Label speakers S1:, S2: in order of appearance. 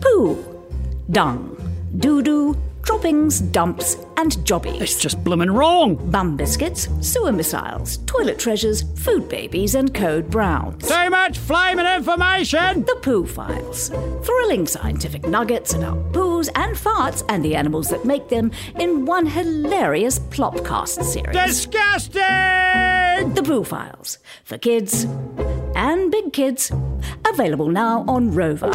S1: Poo, dung, doo doo, droppings, dumps, and jobbies.
S2: It's just bloomin' wrong.
S1: Bum biscuits, sewer missiles, toilet treasures, food babies, and code browns.
S2: Too much flaming information.
S1: The poo files. Thrilling scientific nuggets about poos and farts and the animals that make them in one hilarious plopcast series.
S2: Disgusting.
S1: The Poo Files for kids and big kids. Available now on Rover.